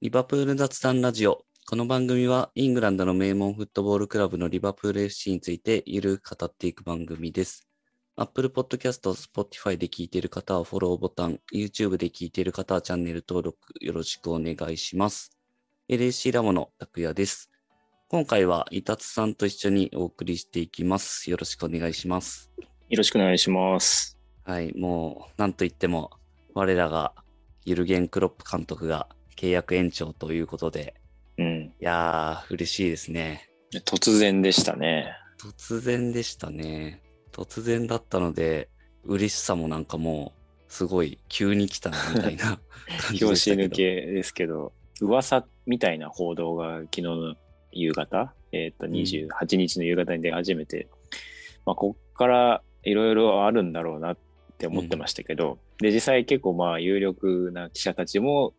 リバプール雑談ラジオ。この番組はイングランドの名門フットボールクラブのリバプール FC についてゆるく語っていく番組です。Apple Podcast、Spotify で聞いている方はフォローボタン、YouTube で聞いている方はチャンネル登録よろしくお願いします。LAC ラボの拓也です。今回は伊達さんと一緒にお送りしていきます。よろしくお願いします。よろしくお願いします。はい、もう、なんといっても、我らが、ユルゲン・クロップ監督が契約延長ということで、うん。いやー、嬉しいですね。突然でしたね。突然でしたね。突然だったので、嬉しさもなんかもう、すごい、急に来たな、みた いな感じ拍で子したけ抜ど。けですけど、噂みたいな報道が昨日の夕方、えっ、と、28日の夕方に出始めて、まあ、こっからいろいろあるんだろうなって思ってましたけど、で、実際結構まあ、有力な記者たちも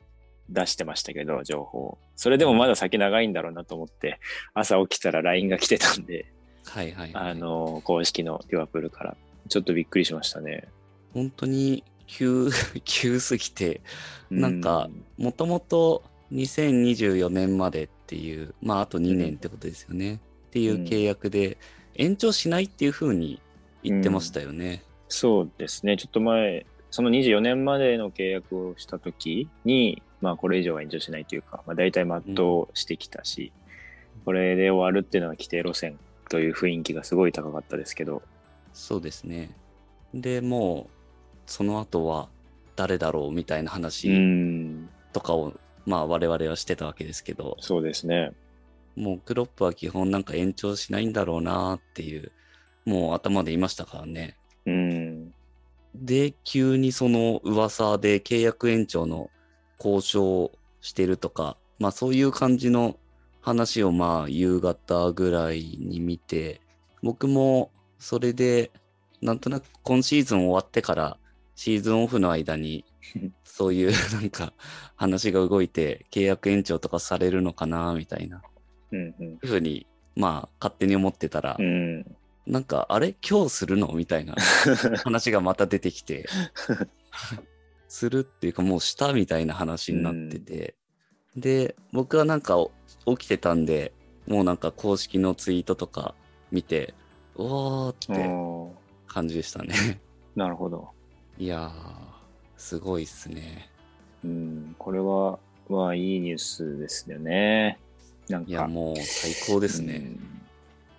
出してましたけど、情報。それでもまだ先長いんだろうなと思って、朝起きたら LINE が来てたんで、はいはい、はい。あの、公式のリバプールから。ちょっとびっくりしましたね。本当に、急、 急すぎて、なんかう、もともと2024年までっていう、まああと2年ってことですよね。っていう契約で、延長しないっていうふうに言ってましたよね。そうですね、ちょっと前、その24年までの契約をしたときに、まあ、これ以上は延長しないというか、まあ、大体全うしてきたし、これで終わるっていうのは規定路線という雰囲気がすごい高かったですけど、そうですね。でもう、その後は誰だろうみたいなう話ん、とかを、まあ我々はしてたわけですけど、そうですね。もうクロップは基本なんか延長しないんだろうなっていう、もう頭でいましたからね。うん、で、急にその噂で契約延長の交渉をしてるとか、まあそういう感じの話をまあ夕方ぐらいに見て、僕もそれでなんとなく今シーズン終わってからシーズンオフの間にそういうなんか話が動いて契約延長とかされるのかなみたいなうん、うんふうにまあ勝手に思ってたら、うん、なんかあれ今日するのみたい な話がまた出てきてするっていうかもうしたみたいな話になってて、で僕はなんかお起きてたんでもうなんか公式のツイートとか見てうわーっておー感じでしたね なるほど。いやーすごいっすねうん、これは、まあ、いいニュースですよね。なんかいやもう最高ですね、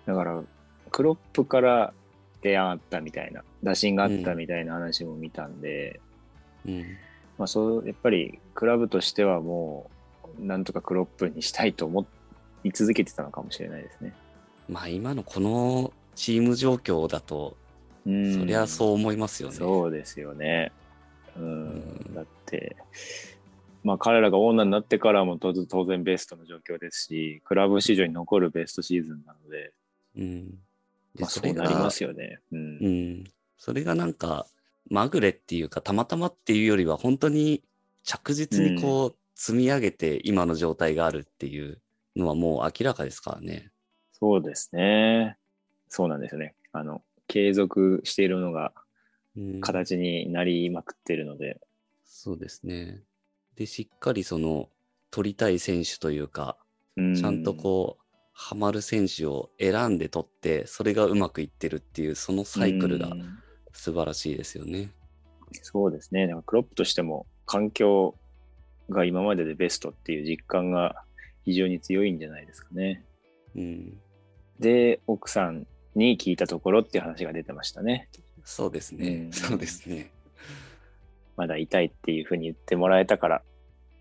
うん。だから、クロップから提案あったみたいな、打診があったみたいな話も見たんで、うんまあそう、やっぱりクラブとしてはもう、なんとかクロップにしたいと思い続けてたのかもしれないですね。まあ今のこのチーム状況だと、うんそりゃそう思いますよねそうですよね。うん、うんだって、まあ、彼らがオーナーになってからも当然当然ベストの状況ですし、クラブ史上に残るベストシーズンなので、うんでまあ、そそれうがなりますよね。うんうん。それがなんか、まぐれっていうか、たまたまっていうよりは、本当に着実にこう、積み上げて今の状態があるっていうのはもう明らかですからね。そうですね。そうなんですよね。あの、継続しているのがうん形になりまくってるので、そうですね。で、しっかりその、取りたい選手というか、うちゃんとこう、ハマる選手を選んで取って、それがうまくいってるっていう、そのうんサイクルがうん素晴らしいですよね。そうですね。だからクロップとしても、環境が今まででベストっていう実感が非常に強いんじゃないですかね。うん。で、奥さんに聞いたところっていう話が出てましたね。そうですね。うんそうですね。まだ痛いっていうふうに言ってもらえたから、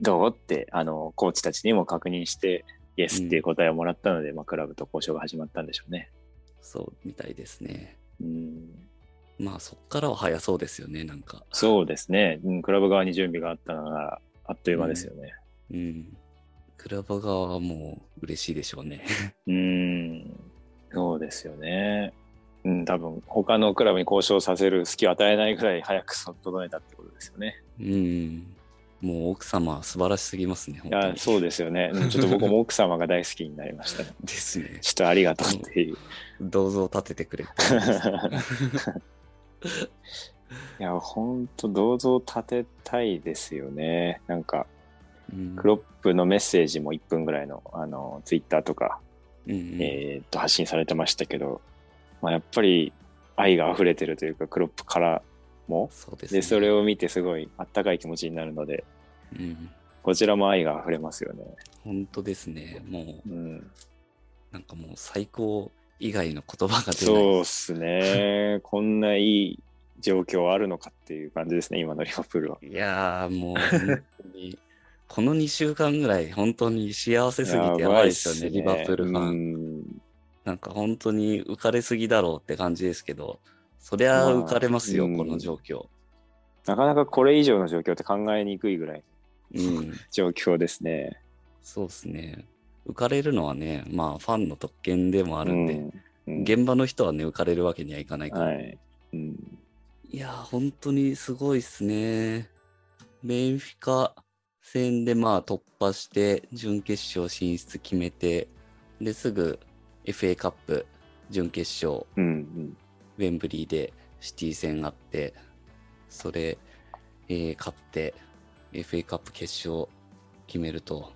どうって、あの、コーチたちにも確認して、イエスっていう答えをもらったので、まあ、クラブと交渉が始まったんでしょうね。そうみたいですね。うんまあそっからは早そうですよね、なんか。そうですね、うん、クラブ側に準備があったなら、あっという間ですよね。うん。クラブ側はもう嬉しいでしょうね。 うーん、そうですよね。うん、多分他のクラブに交渉させる隙を与えないぐらい早く整えたってことですよね。うん。もう奥様素晴らしすぎますね、い本当や、に。そうですよね。うんちょっと僕も奥様が大好きになりまし た、ね。ですね。ちょっとありがとうっていう。 銅像立ててくれて。いや、ほんと、銅像立てたいですよね。なんか、うんクロップのメッセージも1分ぐらいの、あの、ツイッターとか、うんうんえーっと、発信されてましたけど、まあ、やっぱり愛が溢れてるというか、クロップからも、そうですね。で、それを見てすごいあったかい気持ちになるので、うん。こちらも愛が溢れますよね。本当ですね。もう、うん。なんかもう最高以外の言葉が出ない。そうっすね。 こんないい状況あるのかっていう感じですね、今のリバプールは。いやー、もう本当に、この2週間ぐらい、本当に幸せすぎてやばいですよ ね、リバプールファン。ン。なんか本当に浮かれすぎだろうって感じですけど、そりゃ浮かれますよ、まあこの状況。なかなかこれ以上の状況って考えにくいぐらいのうん、 状況ですね。そうですね。浮かれるのはね、まあファンの特権でもあるんで、うんうん現場の人はね、浮かれるわけにはいかないから。、はいい。うんやー、本当にすごいっすね。メンフィカ戦でまあ突破して、準決勝進出決めて、ですぐ FA カップ準決勝うんウェンブリーでシティ戦あって、それ、えー勝って、FA カップ決勝決めると。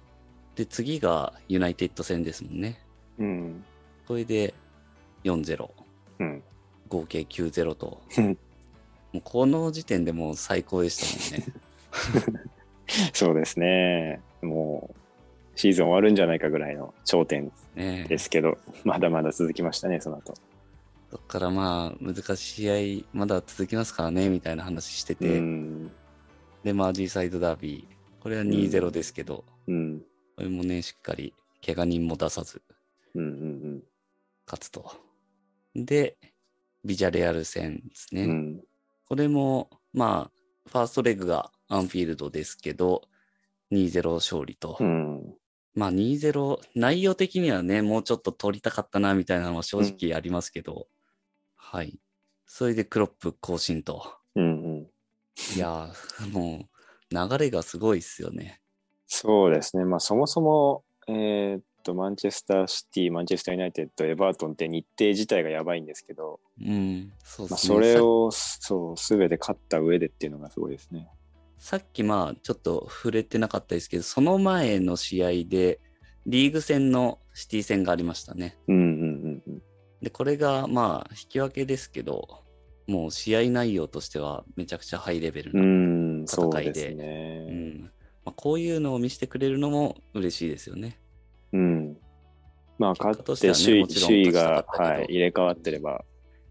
で、次がユナイテッド戦ですもんね。うんうんこれで4-0、うん合計9-0とうん。もうこの時点でもう最高でしたもんね。そうですね。もうシーズン終わるんじゃないかぐらいの頂点 ねえですけど、まだまだ続きましたね、その後。そっからまあ、難しい試合、まだ続きますからね、みたいな話してて。うん。で、マージーサイドダービー。これは2-0ですけど、うん。これもね、しっかり、怪我人も出さず、うんうん勝つと。で、ビジャレアル戦ですね。うん。うん。これも、まあ、ファーストレグがアンフィールドですけど、2-0勝利と。うん。まあ2-0、内容的にはね、もうちょっと取りたかったな、みたいなのは正直ありますけど、はい。それでクロップ更新と。うんうん。いやー、もう、流れがすごいっすよね。そうですね、まあ、そもそも、えーっとマンチェスターシティ、マンチェスターユナイテッド、エバートンって日程自体がやばいんですけど、うん、そうまであ、すね。それをそう全て勝った上でっていうのがすごいですね。さっきまあちょっと触れてなかったですけど、その前の試合でリーグ戦のシティ戦がありましたね。うんうんうんで、これがまあ引き分けですけど、もう試合内容としてはめちゃくちゃハイレベルうな。ん。うん、そう戦いでですうね。んまあ、こういうのを見せてくれるのも嬉しいですよね。うん。まあ、勝結果とっしててはね首位,、もちろん首位が勝、ちたかったけどはい、入れ替わってれば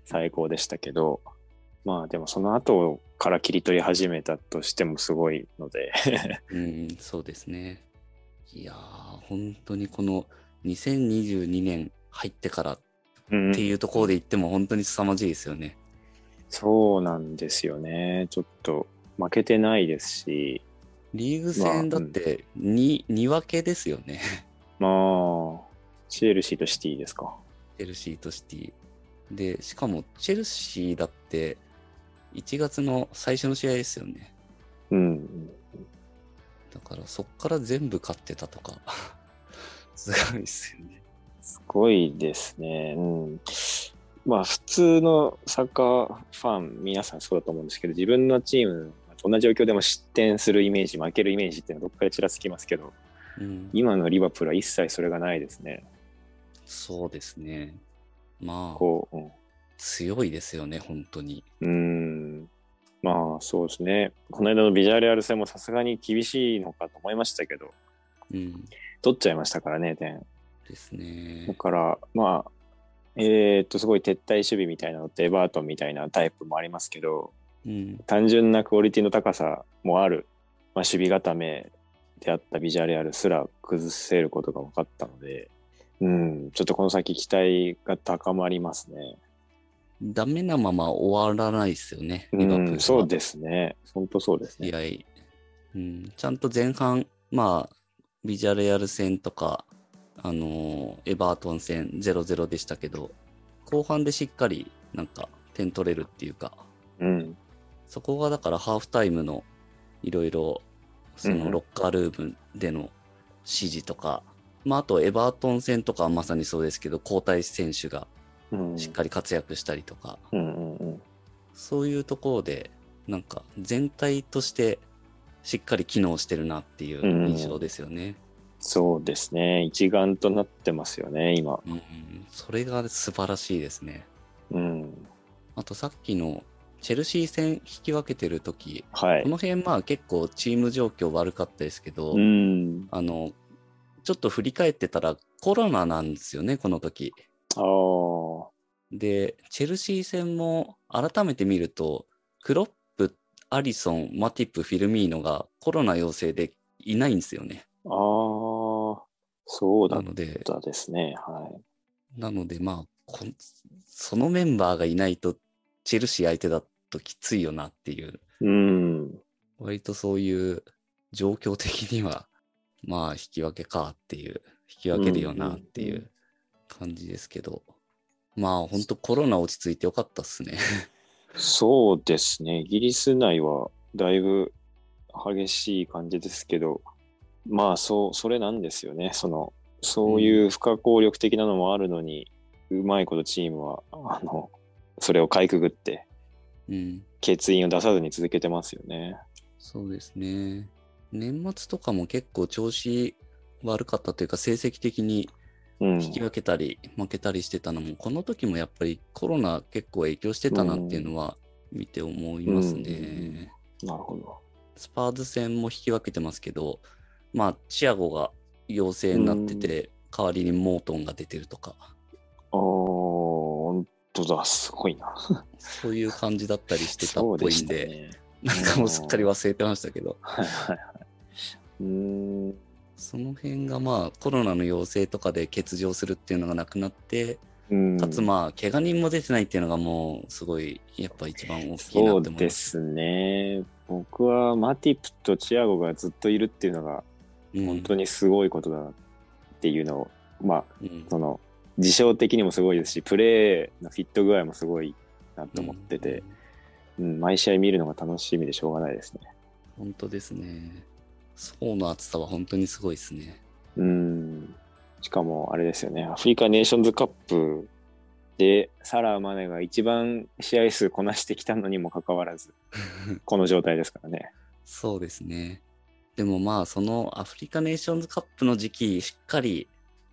最高でしたけど、まあでもその後から切り取り始めたとしてもすごいの で、うん、そうですね。いやー、本当にこの2022年入ってからうんっていうところで言っても本当に凄まじいですよね。そうなんですよね。ちょっと負けてないですし、リーグ戦だって2、2分けですよね。まあ、チェルシーとシティですか。チェルシーとシティ。で、しかもチェルシーだって1月の最初の試合ですよね。うん。だからそっから全部勝ってたとか。 すごいですよね。すごいですね。うん。まあ、普通のサッカーファン、皆さんそうだと思うんですけど、自分のチーム、どんな状況でも失点するイメージ、負けるイメージっていうのはどっかでちらつきますけど、うん、今のリバプールは一切それがないですね。そうですね。まあ、こう、うん強いですよね、本当に。うーんまあそうですね。この間のビジュアルアル戦もさすがに厳しいのかと思いましたけど、うん。取っちゃいましたからね、点。ですだね。から、まあ、えーっと、すごい撤退守備みたいなのって、エバートンみたいなタイプもありますけど、うん。単純なクオリティの高さもある、まあ、守備固めであったビジュアルアルすら崩せることが分かったので、うん、ちょっとこの先期待が高まりますね。ダメなまま終わらないですよね、うリバプールはん、そうですね。本当そうですね。試合、うん、ちゃんと前半、まあ、ビジャレアル戦とか、あのーエバートン戦0-0でしたけど、後半でしっかり、なんか、点取れるっていうか、うん、そこがだからハーフタイムの、いろいろ、そうんうのんロッカールームでの指示とか、まあ、あとエバートン戦とかはまさにそうですけど、交代選手がうん、しっかり活躍したりとか、うんうんうんそういうところで、なんか全体としてしっかり機能してるなっていう印象ですよね。そうですね。一丸となってますよね、今。うん、それが素晴らしいですね。うん。あとさっきのチェルシー戦引き分けてる時はいこ。の辺まあ結構チーム状況悪かったですけど、うん。あの、ちょっと振り返ってたらコロナなんですよね、この時。ああ。で、チェルシー戦も改めて見ると、クロップ、アリソン、マティップ、フィルミーノがコロナ陽性でいないんですよね。ああ、そうだなっので、たですね。はなのでまあこん、そのメンバーがいないと、チェルシー相手だときついよなっていう、い。うん。割とそういう状況的には、まあ、引き分けかっていう、引き分けるよなっていうんうんう感じですけど、まあ、本当コロナ落ち着いてよかったっすね。そうですね。イギリス内はだいぶ激しい感じですけど、まあ、そう、それなんですよね。その、そういう不可抗力的なのもあるのに、うまいことチームは、あの、それをかいくぐって、 うん。欠員を出さずに続けてますよね。そうですね。年末とかも結構調子悪かったというか、成績的にうん。引き分けたり、負けたりしてたのも、この時もやっぱりコロナ結構影響してたなっていうのは見て思いますね。うんなるほど。スパーズ戦も引き分けてますけど、まあ、チアゴが陽性になってて、代わりにモートンが出てるとか、ああ、本当だ。すごいな。そういう感じだったりしてたっそぽうでいしんたで、ね。なんかもうすっかり忘れてましたけど、はいはいはい。うーん。その辺がまあ、コロナの陽性とかで欠場するっていうのがなくなって、うんかつまあ、怪我人も出てないっていうのがもう、すごい、やっぱ一番大きいなそってう思いでます。すね。僕はマティプとチアゴがずっといるっていうのがうん本当にすごいことだなっていうのを、まあうんその事象的にもすごいですしプレーのフィット具合もすごいなと思ってて、うん毎試合見るのが楽しみでしょうがないですね。本当ですね。層の厚さは本当にすごいですね。うんしかもあれですよねアフリカネーションズカップでサラー・マネが一番試合数こなしてきたのにもかかわらずこの状態ですからね。そうですね。でもまあ、そのアフリカネーションズカップの時期、しっかり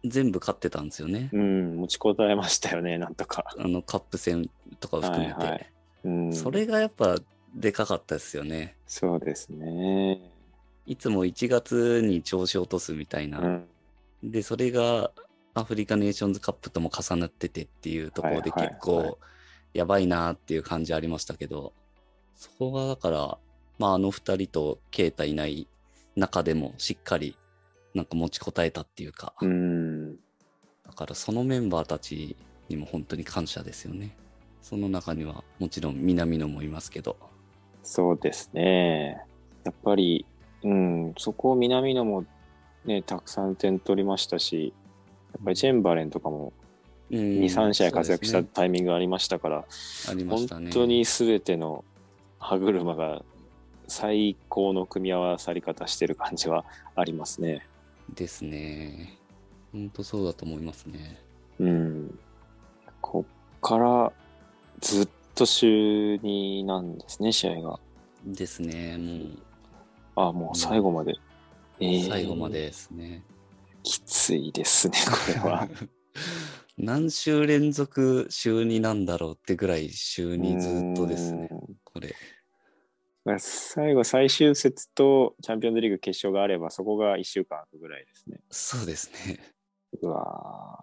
全部勝ってたんですよね。うん持ちこたえましたよねなんとか。あのカップ戦とかを含めて。はいはいうん、それがやっぱでかかったですよね。そうですね。いつも1月に調子を落とすみたいうな。ん。で、それがアフリカネーションズカップとも重なっててっていうところではいはい結はい構やばいなっていう感じありましたけど、そこがだから、まああの二人とケイタいない中でもしっかりなんか持ちこたえたっていうか、うん。だからそのメンバーたちにも本当に感謝ですよね。その中にはもちろん南野もいますけど、そうですね。やっぱり、うん、そこを南野もね、たくさん点取りましたし、やっぱりチェンバレンとかもうん2、3試合活躍しそたうでタイミングがありましたから、すねありま本したね。当に全ての歯車が最高の組み合わさり方してる感じはありますね。ですね。本当そうだと思いますね。うん。こっからずっと週2なんですね、試合が。ですね。もうあ、もう最後まで。えー最後ま。でですね。きついですね、これは。 何週連続週2なんだろうってぐらい週2ずっとですねう、ん。これ。まあ最後、最終節とチャンピオンズリーグ決勝があれば、そこが1週間ぐらいですね。そうですね。うわ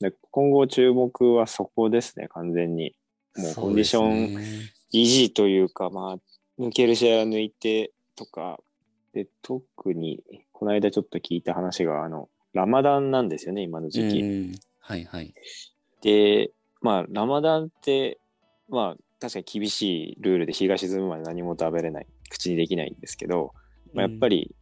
ーで今後注目はそこですね、完全に。もうコンディションそうですね維持というか、まあ、抜ける試合は抜いてとか、で、特に、この間ちょっと聞いた話が、あの、ラマダンなんですよね、今の時期。うんはいはい。で、まあ、ラマダンって、まあ、確かに厳しいルールで日が沈むまで何も食べれない、口にできないんですけど、まあ、やっぱり、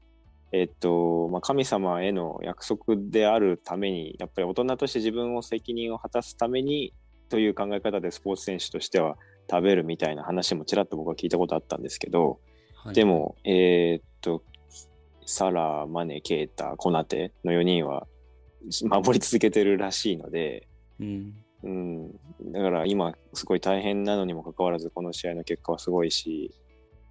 り、えっと、まあ、神様への約束であるために、やっぱり大人として自分を責任を果たすためにという考え方でスポーツ選手としては食べるみたいな話もちらっと僕は聞いたことあったんですけど、はいで、も、えーっと、サラ、マネ、ケイタ、コナテの4人は守り続けてるらしいので、うんうん、だから今すごい大変なのにもかかわらずこの試合の結果はすごいし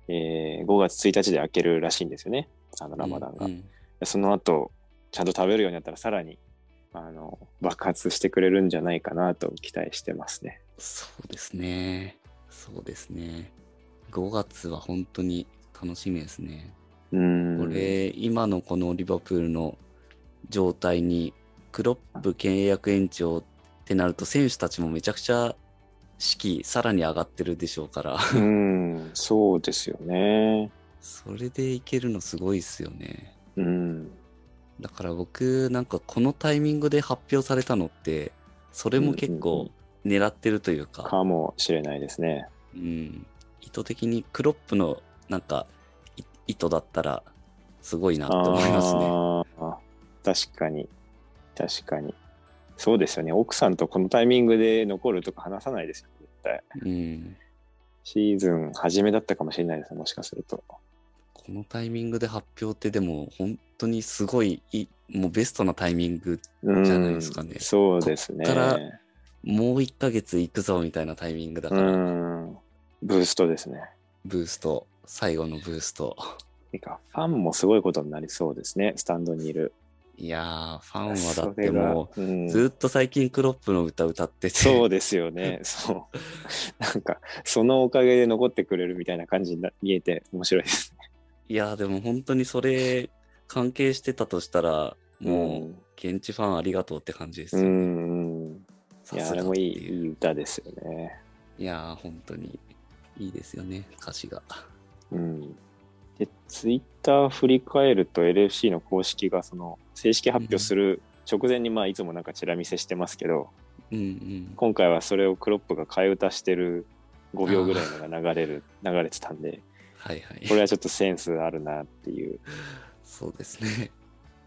えー5月1日で開けるらしいんですよね、あのラマダンが。うんうんその後、ちゃんと食べるようになったら、さらにあの爆発してくれるんじゃないかなと期待してますね。そうですね。そうですね。5月は本当に楽しみですね。うーんこれ、今のこのリバプールの状態に、クロップ契約延長ってなると、選手たちもめちゃくちゃ士気、さらに上がってるでしょうから、 うん、そうですよね。それでいけるのすごいですよね。うん、だから僕、なんかこのタイミングで発表されたのって、それも結うんうん構狙ってるというか、かもしれないですね。うん、意図的にクロップのなんかい意図だったらすごいなって思いますね。あー確かに、確かに。そうですよね。奥さんとこのタイミングで残るとか話さないですよ、絶対。うん、シーズン初めだったかもしれないです、もしかすると。このタイミングで発表ってでも本当にすごいいもうベストなタイミングうんじゃないですかねそうですね。こっからもう1ヶ月行くぞみたいなタイミングだうから、ん。ブーストですね。ブースト最後のブーストてか、ファンもすごいことになりそうですね、スタンドにいる。いやーファンはだそっれてがもうんうずっと最近クロップの歌歌っててそうです よね。そう。なんか、そのおかげで残ってくれるみたいな感じにな見えて面白いです。いやーでも本当にそれ関係してたとしたらもう現地ファンありがとうって感じですうよね。ん。うん。いさや、すあれがっもていいいいう。い歌ですよね。いやー、本当にいいですよね、歌詞が。うん。で、ツイッター振り返ると LFC の公式が、その、正式発表する直前に、まあ、いつもなんかチラ見せしてますけど、うんうん。今回はそれをクロップが替え歌してる5秒ぐらいのが流れる、流れてたんで、はいはい。これはちょっとセンスあるなっていう。そうですね。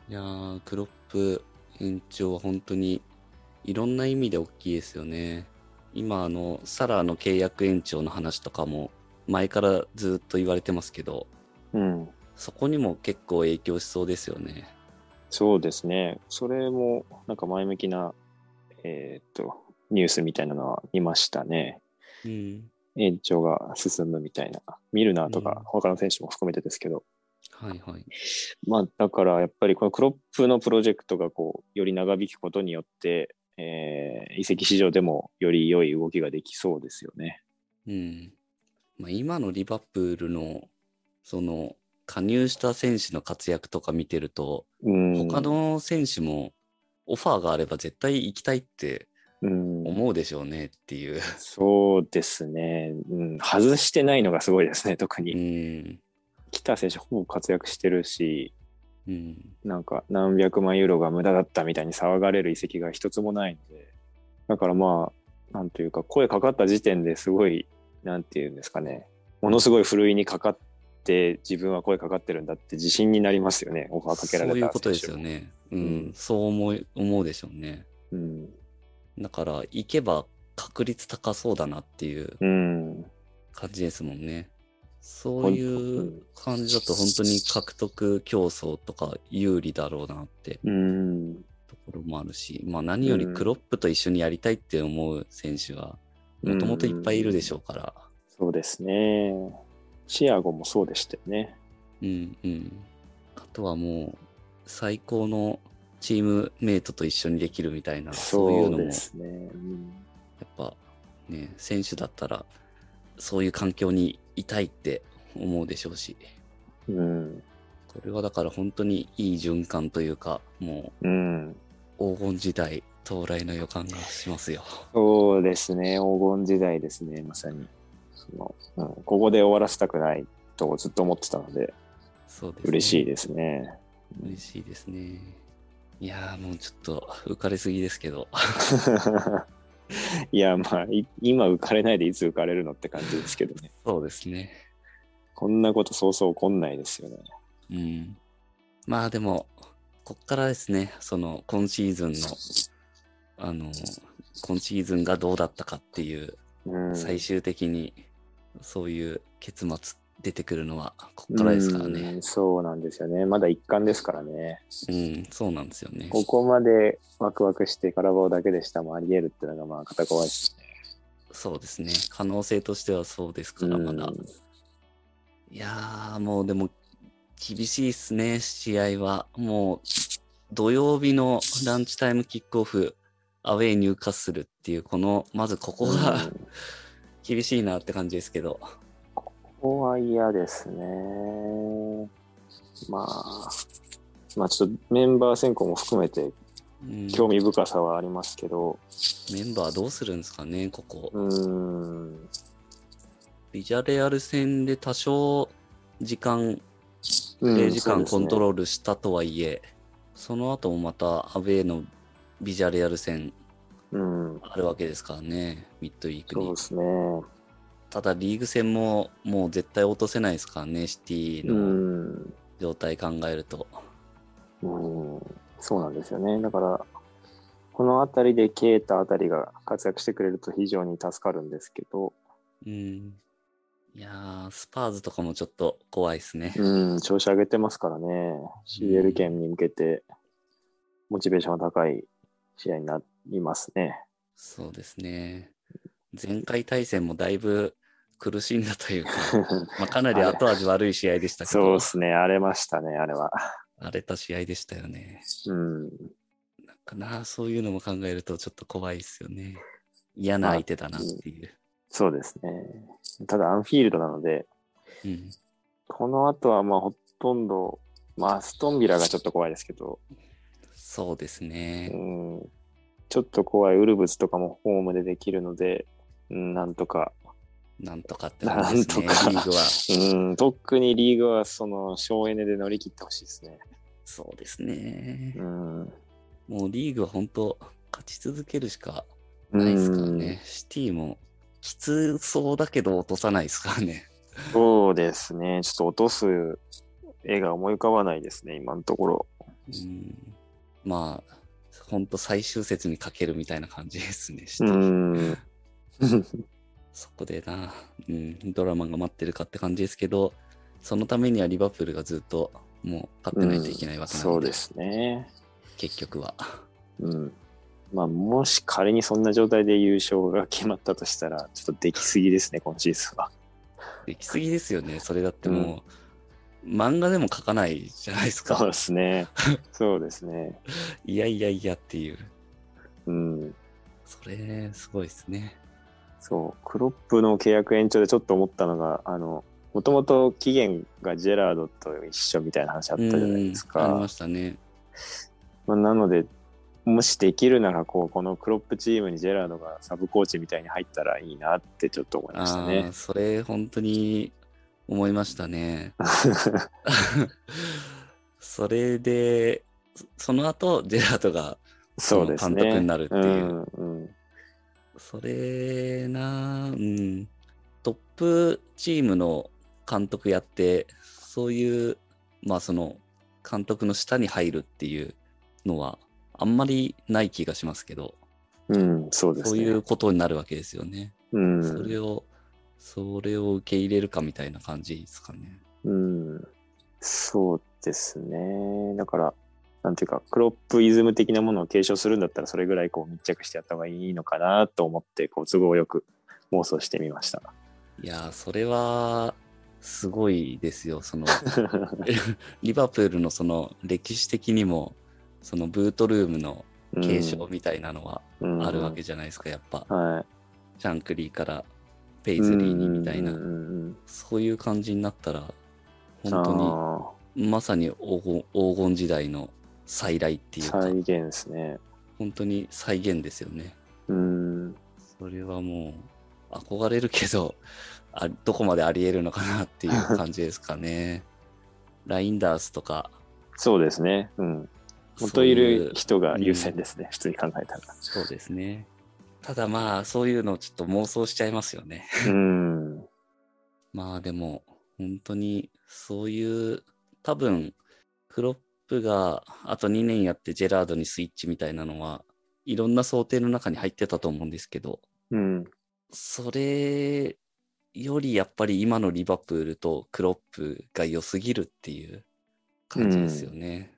いやー、クロップ延長は本当にいろんな意味で大きいですよね。今、あの、サラーの契約延長の話とかも前からずっと言われてますけど、うん。そこにも結構影響しそうですよね。そうですね。それも、なんか前向きな、えーっと、ニュースみたいなのは見ましたね。うん。延長が進むみたいな。ミルナーとうんか、他の選手も含めてですけど。はいはい。まあ、だから、やっぱりこのクロップのプロジェクトが、こう、より長引くことによって、えー移籍市場でもより良い動きができそうですよね。うん。まあ、今のリバプールの、その、加入した選手の活躍とか見てると、うん。他の選手もオファーがあれば絶対行きたいってうん、思うでしょうねっていう。そうですね、うん。外してないのがすごいですね、特うに。ん。北選手、ほぼ活躍してるし、うん。なんか何百万ユーロが無駄だったみたいに騒がれる遺跡が一つもないので、だからまあ、なんというか、声かかった時点ですごい、なんていうんですかね、ものすごいふるいにかかって、自分は声かかってるんだって自信になりますよね、オファーかけられたそういうことですよ選手も。ね。うん。うんそう思い思うでしょうね。うん。だから、行けば確率高そうだなっていううん。感じですもんね。そういう感じだと本当に獲得競争とか有利だろうなってうん。ところもあるし、まあ何よりクロップと一緒にやりたいって思う選手はもともといっぱいいるでしょうから。そうですね。チアゴもそうでしたよね。うんうん。あとはもう、最高のチームメイトと一緒にできるみたいな、そういうそうのも、でやすね。うんっぱね、選手だったら、そういう環境にいたいって思うでしょうし、うん。これはだから本当にいい循環というか、もうん。う黄金時代到来の予感がしますよ。そうですね。黄金時代ですね、まさに。そのうん、ここで終わらせたくないとずっと思ってたので、そうです、ね。嬉しい。ですね。 嬉しいですね。いやーもうちょっと浮かれすぎですけど、いや、まあ、い今浮かれないでいつ浮かれるのって感じですけどね。そうですね。こんなことそうそう起こんないですよね。うん。まあでも、こっからですね、その今シーズンの、あの、今シーズンがどうだったかっていう、うん、最終的にそういう結末出てくるのは、こっからですからね。うんそうなんですよね。まだ一貫ですからね。うん、そうなんですよね。ここまでワクワクしてカラバオだけでしたもあり得るっていうのが、まあ、片怖いですね。そうですね。可能性としてはそうですから、まだ。うんいやー、もうでも、厳しいっすね、試合は。もう、土曜日のランチタイムキックオフ、アウェイ入荷するっていう、この、まずここが、うん厳しいなって感じですけど。ここは嫌ですね。まあ、まあちょっとメンバー選考も含めてうん、興味深さはありますけど、メンバーどうするんですかね、ここ。うーん、ビジャレアル戦で多少、時間、うプんレー時間コントール。ロールしたとはいえ、その後もまたアウェイのビジャレアル戦うん、あるわけですからね、ミッドウィークそうにで。すね。うただリーグ戦ももう絶対落とせないですからね、シティのん、状態考えると。うん、そうなんですよね。だから、このあたりでケータあたりが活躍してくれると非常に助かるんですけど、うん。いやー、スパーズとかもちょっと怖いですね。うん、調子上げてますからね、CL 圏に向けて、モチベーションが高い試合になりますね。そうですね。前回対戦もだいぶ苦しんだという か、まあ、かなり後味悪い試合でしたけそうどで、すね、荒れましたね、あれは。荒れた試合でしたよね。うん、なんかな、そういうのも考えるとちょっと怖いですよね。嫌な相手だなっていう。そうですね。ただ、アンフィールドなので、うん。この後はまあほとんど、まあ、ストンビラがちょっと怖いですけど、そうですうね。ん、ちょっと怖いウルブスとかもホームでできるので、うん、なんとか、なんとかって感なじでんすとね、リか、ーグは。うん、特にリーグはその省エネで乗り切ってほしいですね。そうですね。うんもうリーグは本当、勝ち続けるしかないですからね。シティもきつそうだけど落とさないですからね。うんそうですね。ちょっと落とす絵が思い浮かばないですね、今のところ。うん、まあ、本当最終節にかけるみたいな感じですね。シテうィん。そこでな、うん、ドラマが待ってるかって感じですけど、そのためにはリバプールがずっともう勝ってないといけないわけなそのうで、ですね。結局は。うん。まあ、もし仮にそんな状態で優勝が決まったとしたら、ちょっとできすぎですね、今シーズンは。 できすぎですよね。それだってもう、漫画でも書かないじゃないですそうかで。すね。そうですね。いやいやいやっていう。うん。それ、すごいですね。そう、クロップの契約延長でちょっと思ったのが、あの、もともと期限がジェラードと一緒みたいな話あったじゃないですうんありかま。したね。まあ、なので、もしできるならこう、このクロップチームにジェラードがサブコーチみたいに入ったらいいなってちょっと思いましたああねー、。それ本当に思いました ね。それで、そその後、ジェラートが、そうですね。監督になるっていうんうんそれな、うん、トップチームの監督やって、そういう、まあその、監督の下に入るっていうのは、あんまりない気がしますけど、うん、そうですね。そういうことになるわけですよね。うん、それを、それを受け入れるかみたいな感じですかね。うん、そうですね。だから、なんていうか、クロップイズム的なものを継承するんだったら、それぐらいこう密着してやった方がいいのかなと思って、こう都合よく妄想してみました。いやー、それは、すごいですよ。そ の、リバプールのその歴史的にも、そのブートルームの 継承みたいなのはあるわけじじゃないですか、やっぱ。ゃはい。シャンクリーからペイズリーにみたいなうんう、んうんうんそういう感じになったら、本あー当に、まさに黄金黄金時代の再来っていうか、再現ですね。本当に再現ですよね。うん。それはもう、憧れるけど、 あどこまであり得るのかなっていう感じですかね。 ラインダースとか、そうですね。うん。そ元ういうる人が優先ですね。普通に考え たら。そうですね。ただまあ、そういうのをちょっと妄想しちゃいますよね。 うん。まあでも、本当に、そういう、多分、クロップがあと2年やってジェラードにスイッチみたいなのは、いろんな想定の中に入ってたと思うんですけど、うん。それよりやっぱり今のリバプールとクロップが良すぎるっていう感じですよね。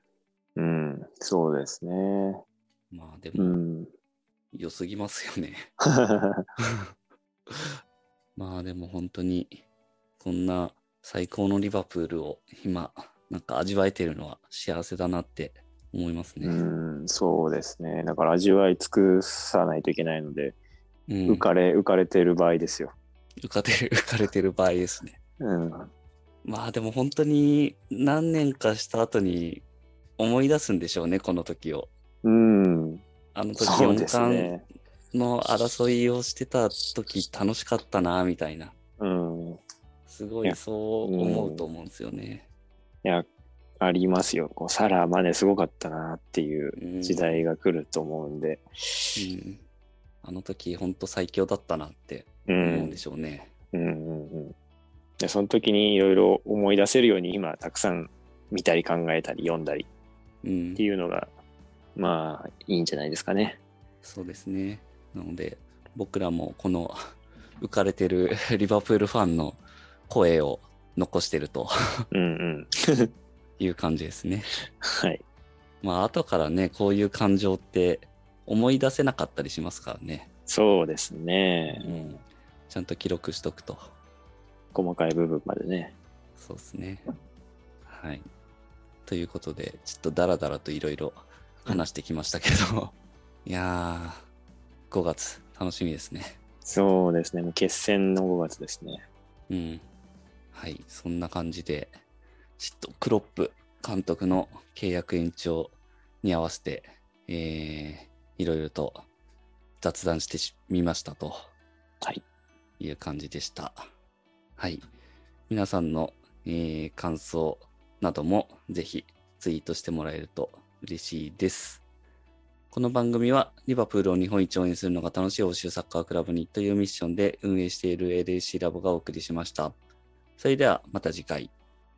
うん。そうですね。まあでうも、ん。良すぎますよね。 まあでも本当に、こんな最高のリバプールを今、なんか味わえてるのは幸せだなって思いますね。うん、そうですね。だから味わい尽くさないといけないので、うん浮かれ、浮かれてる場合ですよ。浮かれてる、浮 かれてる場合ですね。うん。まあでも本当に何年かした後に思い出すんでしょうね、この時を。うん、あの時そうで4す冠ね。の争いをしてた時楽しかったな、みたいな。うん。いすごいそう思うと思うんですよね。や、ありますよ。こうサラーマネすごかったなっていううん時代が来ると思うんで。うんあの時本当最強だったなってう思うんんで。しょうね。うんうんうんでその時にいろいろ思い出せるように今たくさん見たり考えたり読んだりうん、っていうのがまあいいんじゃないです かね。そうですね。なので僕らもこの 浮かれてる リバプールファンの声を残してると うんうん。いう感じですね。はい。まあ後からね、こういう感情って思い出せなかったりしますからね。そうですね。うんちゃんと記録しとくと。細かい部分までね。そうですね。はい。ということで、ちょっとダラダラといろいろ話してきましたけど、いやー、5月、楽しみですね。そうですね。もう決戦の5月ですね。うん。はい、そんな感じで、ちょっとクロップ監督の契約延長に合わせて、えー、いろいろと雑談してみましたと。はい。いう感じでした。はい。皆さんの、えー感想などもぜひツイートしてもらえると嬉しいです。この番組はリバプールを日本一応援するのが楽しい欧州サッカークラブにというミッションで運営している LAC ラボがお送りしました。それではまた次回。